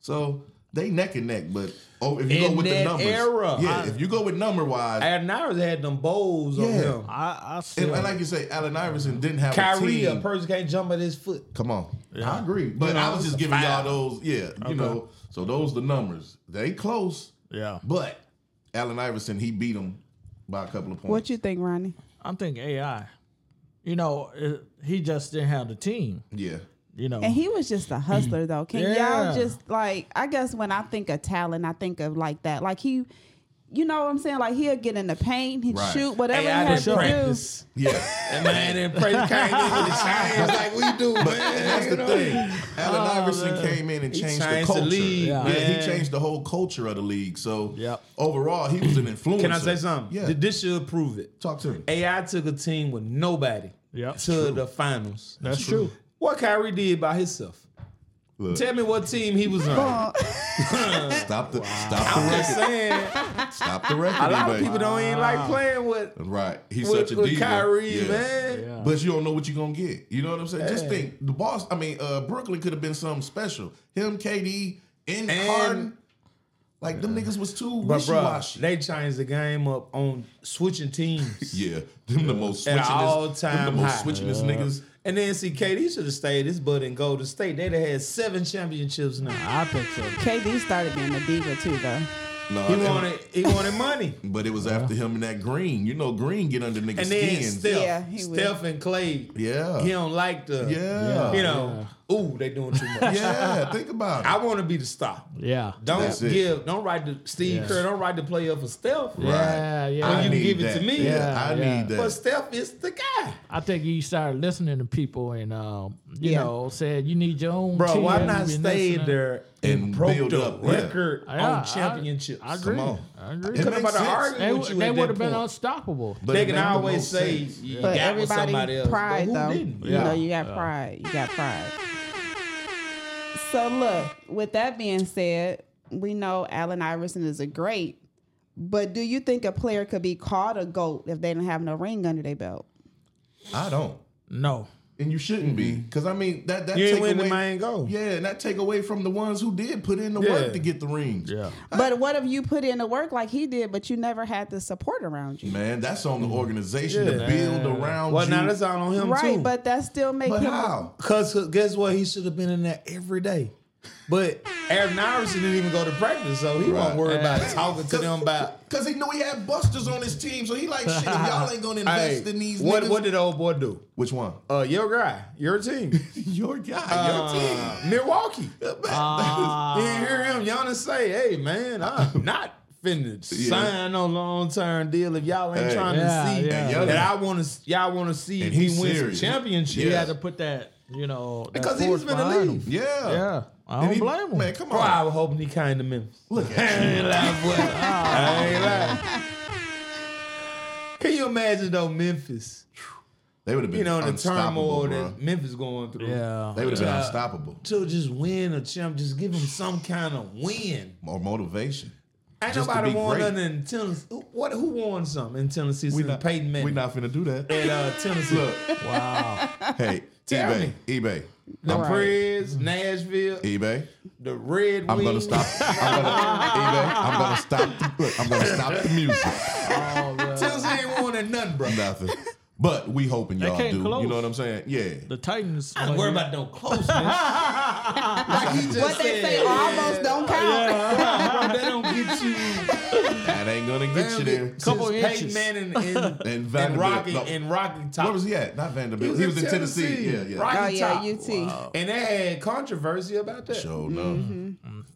So, they neck and neck, but oh, if you In go with the that numbers. era. yeah, I- if you go with number wise, Adam Iverson had them bowls on Yeah. him. I, I still. and, and like you say, Allen Iverson didn't have Kyrie, a team. a person can't jump at his foot. Come on. I agree. But You know, I was it's just a giving foul. y'all those, yeah, you know. So those the numbers. They close. Yeah. But Allen Iverson, he beat him by a couple of points. What you think, Ronnie? I'm thinking AI. You know, it, he just didn't have the team. Yeah. You know. And he was just a hustler, though. Can Yeah. y'all just like? I guess when I think of talent, I think of like that. Like he, you know what I'm saying? Like he'll get in the paint, he'd Right. shoot, whatever AI he had didn't to practice. Yeah. That man didn't practice. Kyrie didn't really change like we do, man. That's the thing. Allen Iverson came in Oh, and He changed the changed the culture. league, yeah. man. he changed the whole culture of the league. So Yep. overall, he was an influencer. Can I say something? Yeah. Th- This should prove it. Talk to me. AI took a team with nobody Yep. to the finals. That's true. What Kyrie did by himself. Look, Tell me what team he was on. do. stop the stop the I'm just record. saying, Stop the record. a lot of baby. people don't even like playing with Right. He's with, such a with diva. Kyrie, Yeah. man. Yeah. But you don't know what you're gonna get. You know what I'm saying? Just think, the boss. I mean, uh, Brooklyn could have been something special. Him, KD, and, And- Harden. Like them niggas was too But wishy bro, washy. they changed the game up on switching teams. Yeah, them the most At switching all-time them the high. most switchingest niggas. And then see, KD should have stayed his butt in Golden State. They'd have had seven championships now. I think so. KD started being a diva too, though. No, He it- wanted, he wanted money. but it was after him and that Green. You know, Green get under niggas' And then skins. Steph, Yeah, he would. Steph and Clay, yeah, he don't like the, Yeah. you know, ooh, they doing too much. yeah. Think about it. I want to be the star. Yeah. Don't That's it. give, don't write the Steve Yeah. Kerr, don't write the player for Steph. Yeah, yeah. I When you need give it to that. me. Yeah, Yeah, I yeah. need that. But Steph is the guy. I think he started listening to people and, um, you Yeah. know, said, you need your own Bro, team. why not and stay this and that." there and And broke build the up, yeah. record Yeah, I- on championships? I agree. Come on. I agree. It Couldn't makes nobody sense. argue They, with you they at would that have been point. unstoppable. But they it can made the always most say sense. you But got with everybody somebody else. pride but though. who didn't? You know, you got pride. You got pride. So look, with that being said, we know Allen Iverson is a great, but do you think a player could be called a goat if they didn't have no ring under their belt? I don't. No. And you shouldn't be, because I mean that that Mm-hmm. You ain't take win the away- main goal. Yeah, and that take away from the ones who did put in the Yeah. work to get the rings. Yeah. But what if you put in the work like he did, but you never had the support around you? Man, that's on the Mm-hmm. organization Yeah. to build around Well, you. now that's all on him right, too. but that still makes but him. how? because guess what? He should have been in there every day. But Aaron Iverson didn't even go to practice, so he won't worry about talking to them about. Because he knew he had busters on his team, so he like, shit, if y'all ain't gonna Hey, invest in these what niggas. what did old boy do? Which one? Uh, your guy, your team, Your guy, Uh, Milwaukee. your team. Uh, Ah. You didn't hear him Giannis say, "Hey man, I'm not finna Yeah. sign no long term deal if y'all ain't Hey. trying Yeah, to see yeah. And that Giannis- I want to y'all want to see And if he he's wins serious. a championship." He Yeah. had to put that, you know, that Because he force was finna behind leave. him. yeah. Yeah, I And don't he- blame him. Man, come Bro, I on. was hoping he came to Memphis. Look I ain't lying, boy. Oh. I ain't lying. Can you imagine though Memphis? They would have been You know the unstoppable, turmoil bro. that Memphis going through. yeah, They would have been Yeah. unstoppable. To just win a champ, just give him some kind of win. More motivation. Ain't Just to nobody be won great. nothing in Tennessee. Who, what, who won something in Tennessee since Peyton Manning? we not finna do that. at uh, Tennessee. Look, wow. hey, Tell eBay, me. eBay, the Right. Preds, Nashville, eBay. the Red Wings. I'm gonna stop. I'm gonna, eBay, I'm gonna stop. The, look, I'm gonna stop the music. Oh, man. Tennessee ain't won at nothing, bro. Nothing. But we hoping y'all came do. close. You know what I'm saying? Yeah. The Titans. I don't worry about no close, man. like he just What they said, say almost don't count. Bro, they don't get you. That ain't gonna They get don't you get- there. since Couple Peyton inches. Manning and, and, and, Vanderbilt. Rocky No. and Rocky Top. Where was he at? Not He Vanderbilt. He was, in Tennessee. Yeah, yeah. Rocky Oh yeah, Top. UT. And they had controversy about that. Sure enough.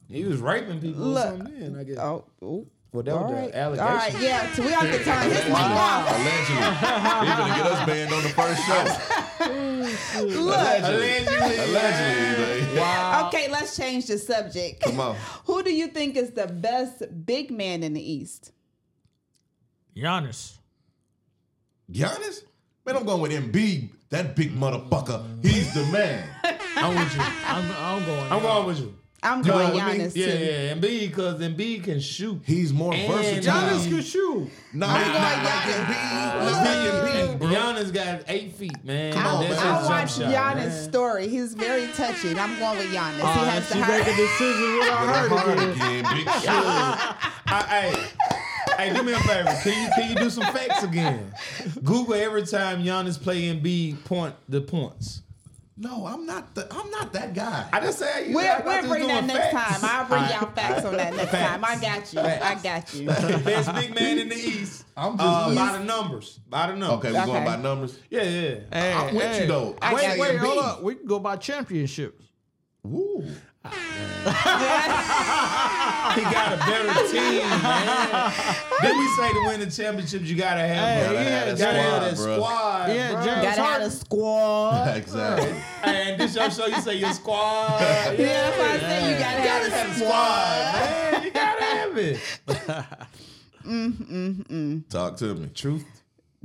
He was raping people Look. or something. Then, I guess. Oh, ooh. Well, that was all the right, all allegation. right. Yeah, so we have to turn his mic off. Allegedly. He gonna get us banned on the first show. Look. Allegedly. Allegedly. eBay. Okay, let's change the subject. Come on. Who do you think is the best big man in the East? Giannis. Giannis? Man, I'm going with Embiid. That big motherfucker. He's the man. I'm with you. I'm, I'm going. I'm going with you. I'm You going know what I mean? Giannis Yeah, too. yeah. Embiid, because Embiid can shoot. He's more And versatile. Giannis can shoot. Nah, I'm not going like Giannis. Embiid. Look. Not like Embiid, bro. Giannis got eight feet, man. Come on, That's man. his I a jump watched shot, Giannis' man. story. He's very touching. I'm going with Giannis. Uh, he has she the make a high. decision without her. Hard again, big shit. I, hey, hey, do me a favor. Can you can you do some facts again? Google every time Giannis play Embiid point the points. No, I'm not the I'm not that guy. I just say you. We'll, we'll bring that next facts. time. I'll bring All right. y'all facts on that next Facts. time. I got you. I got you. Best big man in the East. I'm Uh, just- by the numbers. By the numbers. Okay, we're going Okay. by numbers. Yeah, yeah. Hey, I'm with hey. you though. I got Wait, you. wait, hold Embiid. up. We can go by championships. Woo. He got a better team, man. Then we say to win the championships, you gotta have. Hey, Gotta he have had a James- Gotta have that squad, bruh. squad. he had bruh. James Gotta have a Harden. squad. Exactly. Hey, and this your show, you say your squad. Yeah, if I say you gotta gotta have have a squad. a squad, man. You gotta have it. Talk to me. Truth.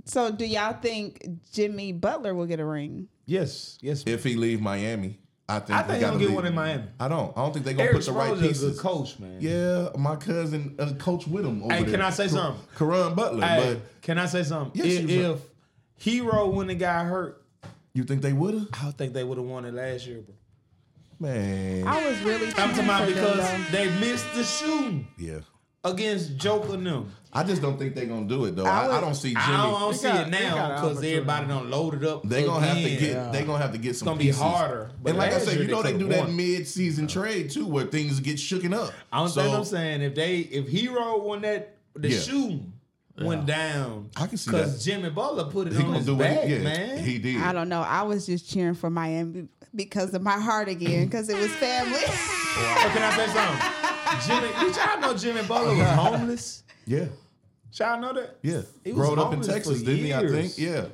So, do y'all think Jimmy Butler will get a ring? Yes, yes. If he leave Miami, I think I he think gotta he'll get leave. one in Miami. I don't. I don't think they're gonna Eric put the Spoelstra right is a pieces. good coach, man. Yeah, my cousin uh, coach with him. Over Hey, there. can I say something? Karan Butler, Hey, but can I say something? Yes, if, you right. if Hero wouldn't have got hurt, you think they would have? I don't think they would have won it last year, bro. Man, I was really I'm talking about cheering for uh, them, because they missed the shooting yeah. against Joker and them. I just don't think they're gonna do it though. I I, I would- don't see Jimmy. I don't, I don't They see got- it they now got an because everybody done loaded up. They gonna have to again. get. They gonna have to get some. gonna be pieces. harder, but And like I last said, year you they know they do could've that won. mid-season trade too, where things get shooken up. I don't so, think I'm saying if they if Hero won that the Yeah. shooting went down. I can see because that. Jimmy Butler put it He on gonna his do back, it. Yeah, man. he did. I don't know. I was just cheering for Miami because of my heart again, because it was family. So can I say something? Jimmy, did y'all know Jimmy Butler was homeless? Yeah, Y'all know that? yeah. He was Growed up in homeless for Texas, didn't he? I years. think. Yeah.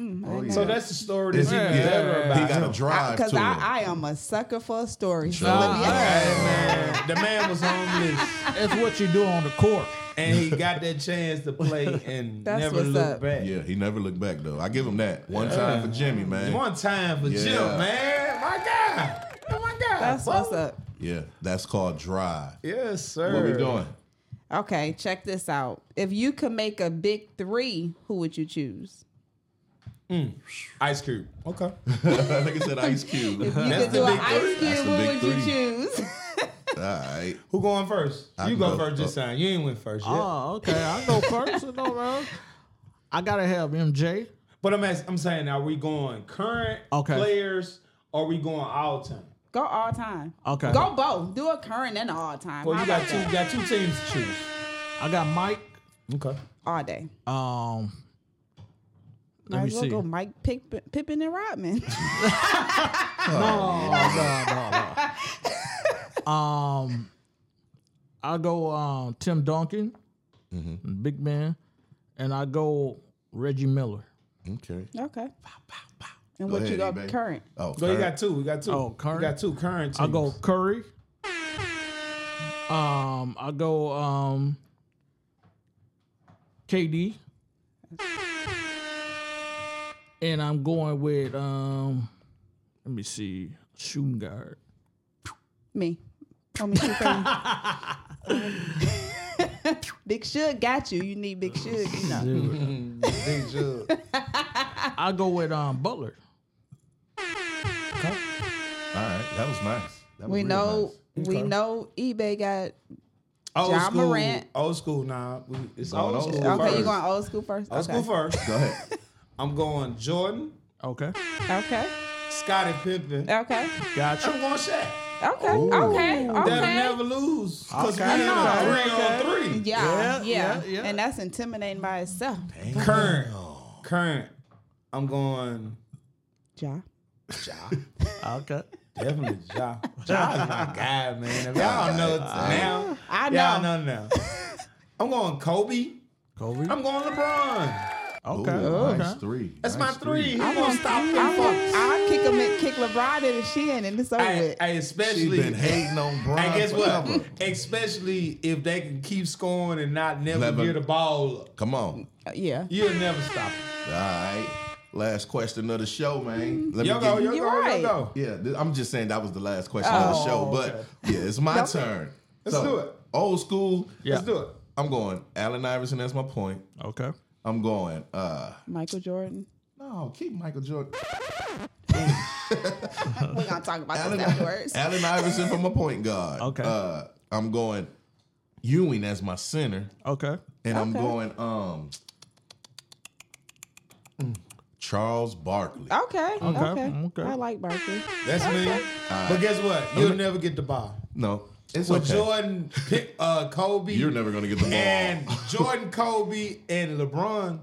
Mm, Oh, yeah. So that's the story Is that's he, even yeah, better about he got him. a drive Because to I, him. I am a sucker for a story. So Sure. let me- Hey, man, the man was homeless, That's what you do on the court. and he got that chance to play and That's never what's looked up. back. Yeah, he never looked back though. I give him that. One time for Jimmy, man. One time for Yeah. Jim, man. My God. Oh my God. That's bro. what's up. Yeah, that's called drive. Yes, sir. What we doing? Okay, check this out. If you could make a big three, who would you choose? Ice Cube. Okay. that nigga said Ice Cube. If All you That's could the do an big three. ice That's cube, the who big would you three. choose? right. Who going first? I you can go, go. first this time. You ain't went first yet. Oh, okay. I go first. It don't matter. I gotta have MJ. but I'm ask, I'm saying, are we going current Okay. players or are we going all time? Go all time. Okay. Go both. Do a current and all time. Well, How you got about two, that? got two teams to choose. I got Mike. Okay. all day. Um, let Might me as well see. go Mike Pippen, Pippen and Rodman. Um, I go um Tim Duncan, big man, and I go Reggie Miller. Okay. okay. And what you ahead, got baby. current? Oh, So you Kurt. got two. We got two. Oh, current? We got two current teams. I go Curry. Um, I go um KD. And I'm going with um let me see, shooting guard. Me. Tell me two things. Big Suge got you. You need Big Suge. You know. Big Jug. I go with um Butler. All right, that was nice. That was We real know. nice. We know. eBay got. Old John school. Morant. Old school now. Nah. We- It's Going old old school. school first. Okay, you going old school first. Old Okay. school first. Go ahead. I'm going Jordan, Okay. Okay. Scottie Pippen. Okay. Gotcha. I'm going Shaq. Okay. Okay. That'll Okay. never lose. Because Okay. we in a Okay. three on three. Yeah, yeah, Yeah, yeah, yeah. And that's intimidating by itself. Current. Current. I'm going Ja. Okay. definitely Ja. Ja is my guy, man. If y'all know it now, I y'all know. know now. I'm going Kobe. Kobe. I'm going LeBron. Okay. Ooh, okay. nice three. That's my Nice three. He I gonna want- stop I them want- folks. I'll kick him in, kick LeBron in the shin and it's over I, with. I She especially been hating on Bron. And guess forever. what? Especially if they can keep scoring and not never Never. get the ball up. Come on. Uh, yeah. You'll never stop it. All right. Last question of the show, man. Let Yo me go, give- yo You're go, right. yo go. Yeah, th- I'm just saying that was the last question of the show, but yeah, it's my turn. Oh, Let's do it. Old school. Yeah. Let's do it. I'm going Allen Iverson. That's my point. Okay. I'm going. uh Michael Jordan. No, keep Michael Jordan. We're gonna talk about Allen, this afterwards. Allen Iverson for my point guard. Okay. Uh, I'm going Ewing as my center, Okay. and I'm Okay. going um hmm, Charles Barkley. Okay, okay, okay. I like Barkley. That's me. But guess what? You'll never get the ball. No, it's With okay. Jordan, pick, uh, Kobe, You're never gonna get the ball. and Jordan, Kobe, and LeBron,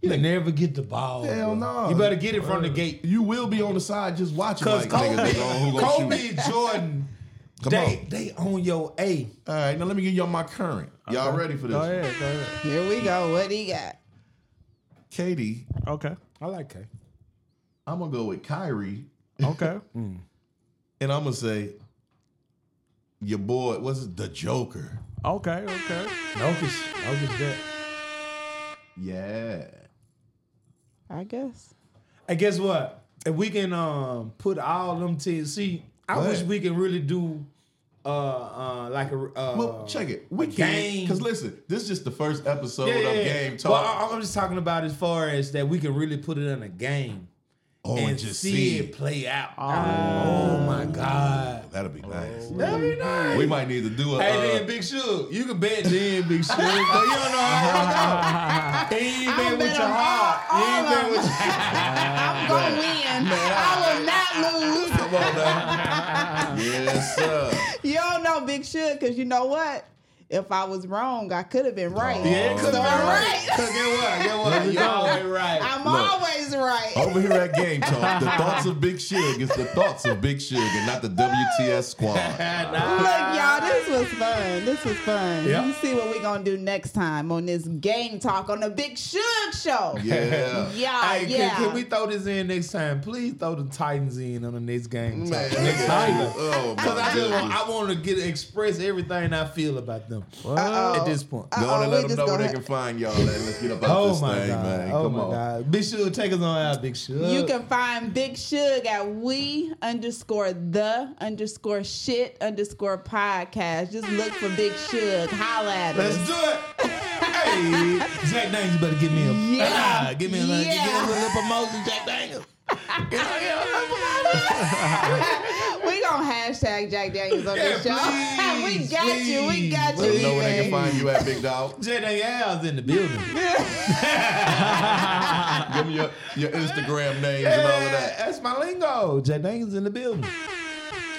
you'll never get the ball. Hell bro. no. You better get it from the gate. you will be on the side just watching. Because Like, niggas, Kobe, who gonna shoot? Kobe, Jordan, Come they, on. they on your A. All right, now let me give y'all my current. Y'all ready for this? Go one? ahead. Go ahead. Here we go. What he got? Katie, Okay. I like K. I'm gonna go with Kyrie, Okay. and I'm gonna say your boy. What's it? The Joker. okay. Okay. Notice, notice that. Yeah. I guess. And guess what? If we can um put all them to see, I What? wish we can really do uh uh like a uh, Oh. Well, check it. We a can game. because listen, this is just the first episode yeah, of yeah, yeah. Game But Talk. I, I'm just talking about as far as that we can really put it in a game oh, and just see it play out. Oh, my god, That'll be nice. that'd be nice. We might need to do a. Oh, Hey, uh, then Big Shug, you can bet then Big Shug, but you don't know how it go. He ain't bet with your heart. He ain't bet with your I'm gonna win. I will not lose. come on now. yes, sir. You don't know Big Suge because you know what? If I was wrong, I could have been right. Yeah, so cause I'm right. Cause get what? Get what? You always right. I'm Look. always right. Over here at Game Talk, the thoughts of Big Suge is the thoughts of Big Suge and not the WTS squad. Look, y'all, this was fun. This was fun. Yeah. You see what we're gonna do next time on this game talk on the Big Suge Show. Yeah. yeah, Hey, yeah. can, can we throw this in next time? Please throw the Titans in on the next game. Man, Talk. Next look time. at you. Oh, my Because I just want, goodness. I want to get express everything I feel about them at this point. Go Uh-oh, on and we let them just know where gonna- they can find y'all at. Let's get up out Oh this my thing, god! man. oh Come my on. god! Big Shug, take us on out, Big Shug. You can find Big Suge at we underscore the underscore shit underscore podcast. Just look for Big Suge. Holla at Let's us. do it. hey, Jack Daniels, better give me a Yeah. Ah, give me a little, Yeah. give me a little promotion, Jack Daniels. we gonna hashtag Jack Daniels on this show. Yeah, please, we got you. We got please, Let them you. know where they man. can find you at, Big Dog. Jack Daniels in the building. Give them your, your Instagram names and all of Yeah, that. that's my lingo. Jack Daniels in the building.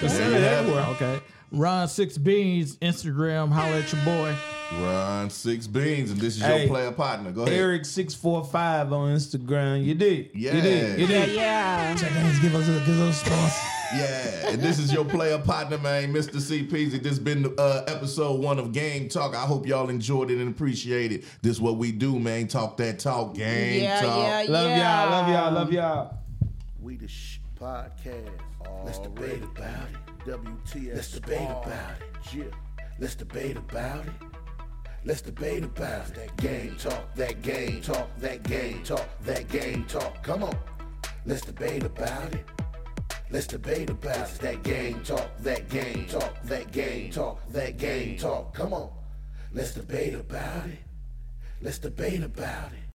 It's There you selling have it. everywhere. Okay. Ron Six Beans, Instagram, holla at your boy. Ron Six Beans, and this is Hey. your player partner. Go ahead. Eric six four five on Instagram. You did. You Yeah. did. You Yeah, did. yeah. Check out his give us a give us a sponsor. Yeah, and this is your player partner, man, Mr. C. Peasy. This been uh, episode one of Game Talk. I hope y'all enjoyed it and appreciate it. This what we do, man. Talk that talk, game Yeah, talk. yeah, Love yeah. y'all. Love y'all. Love y'all. We the Shit Podcast. Let's debate about it. WTS. Let's debate about it. Let's debate about it. Let's debate about it. that game talk, that game talk, that game talk, that game talk. Come on. Let's debate about it. Let's debate about it. that game talk, that game talk, that game talk, that game talk. Come on. Let's debate about it. Let's debate about it.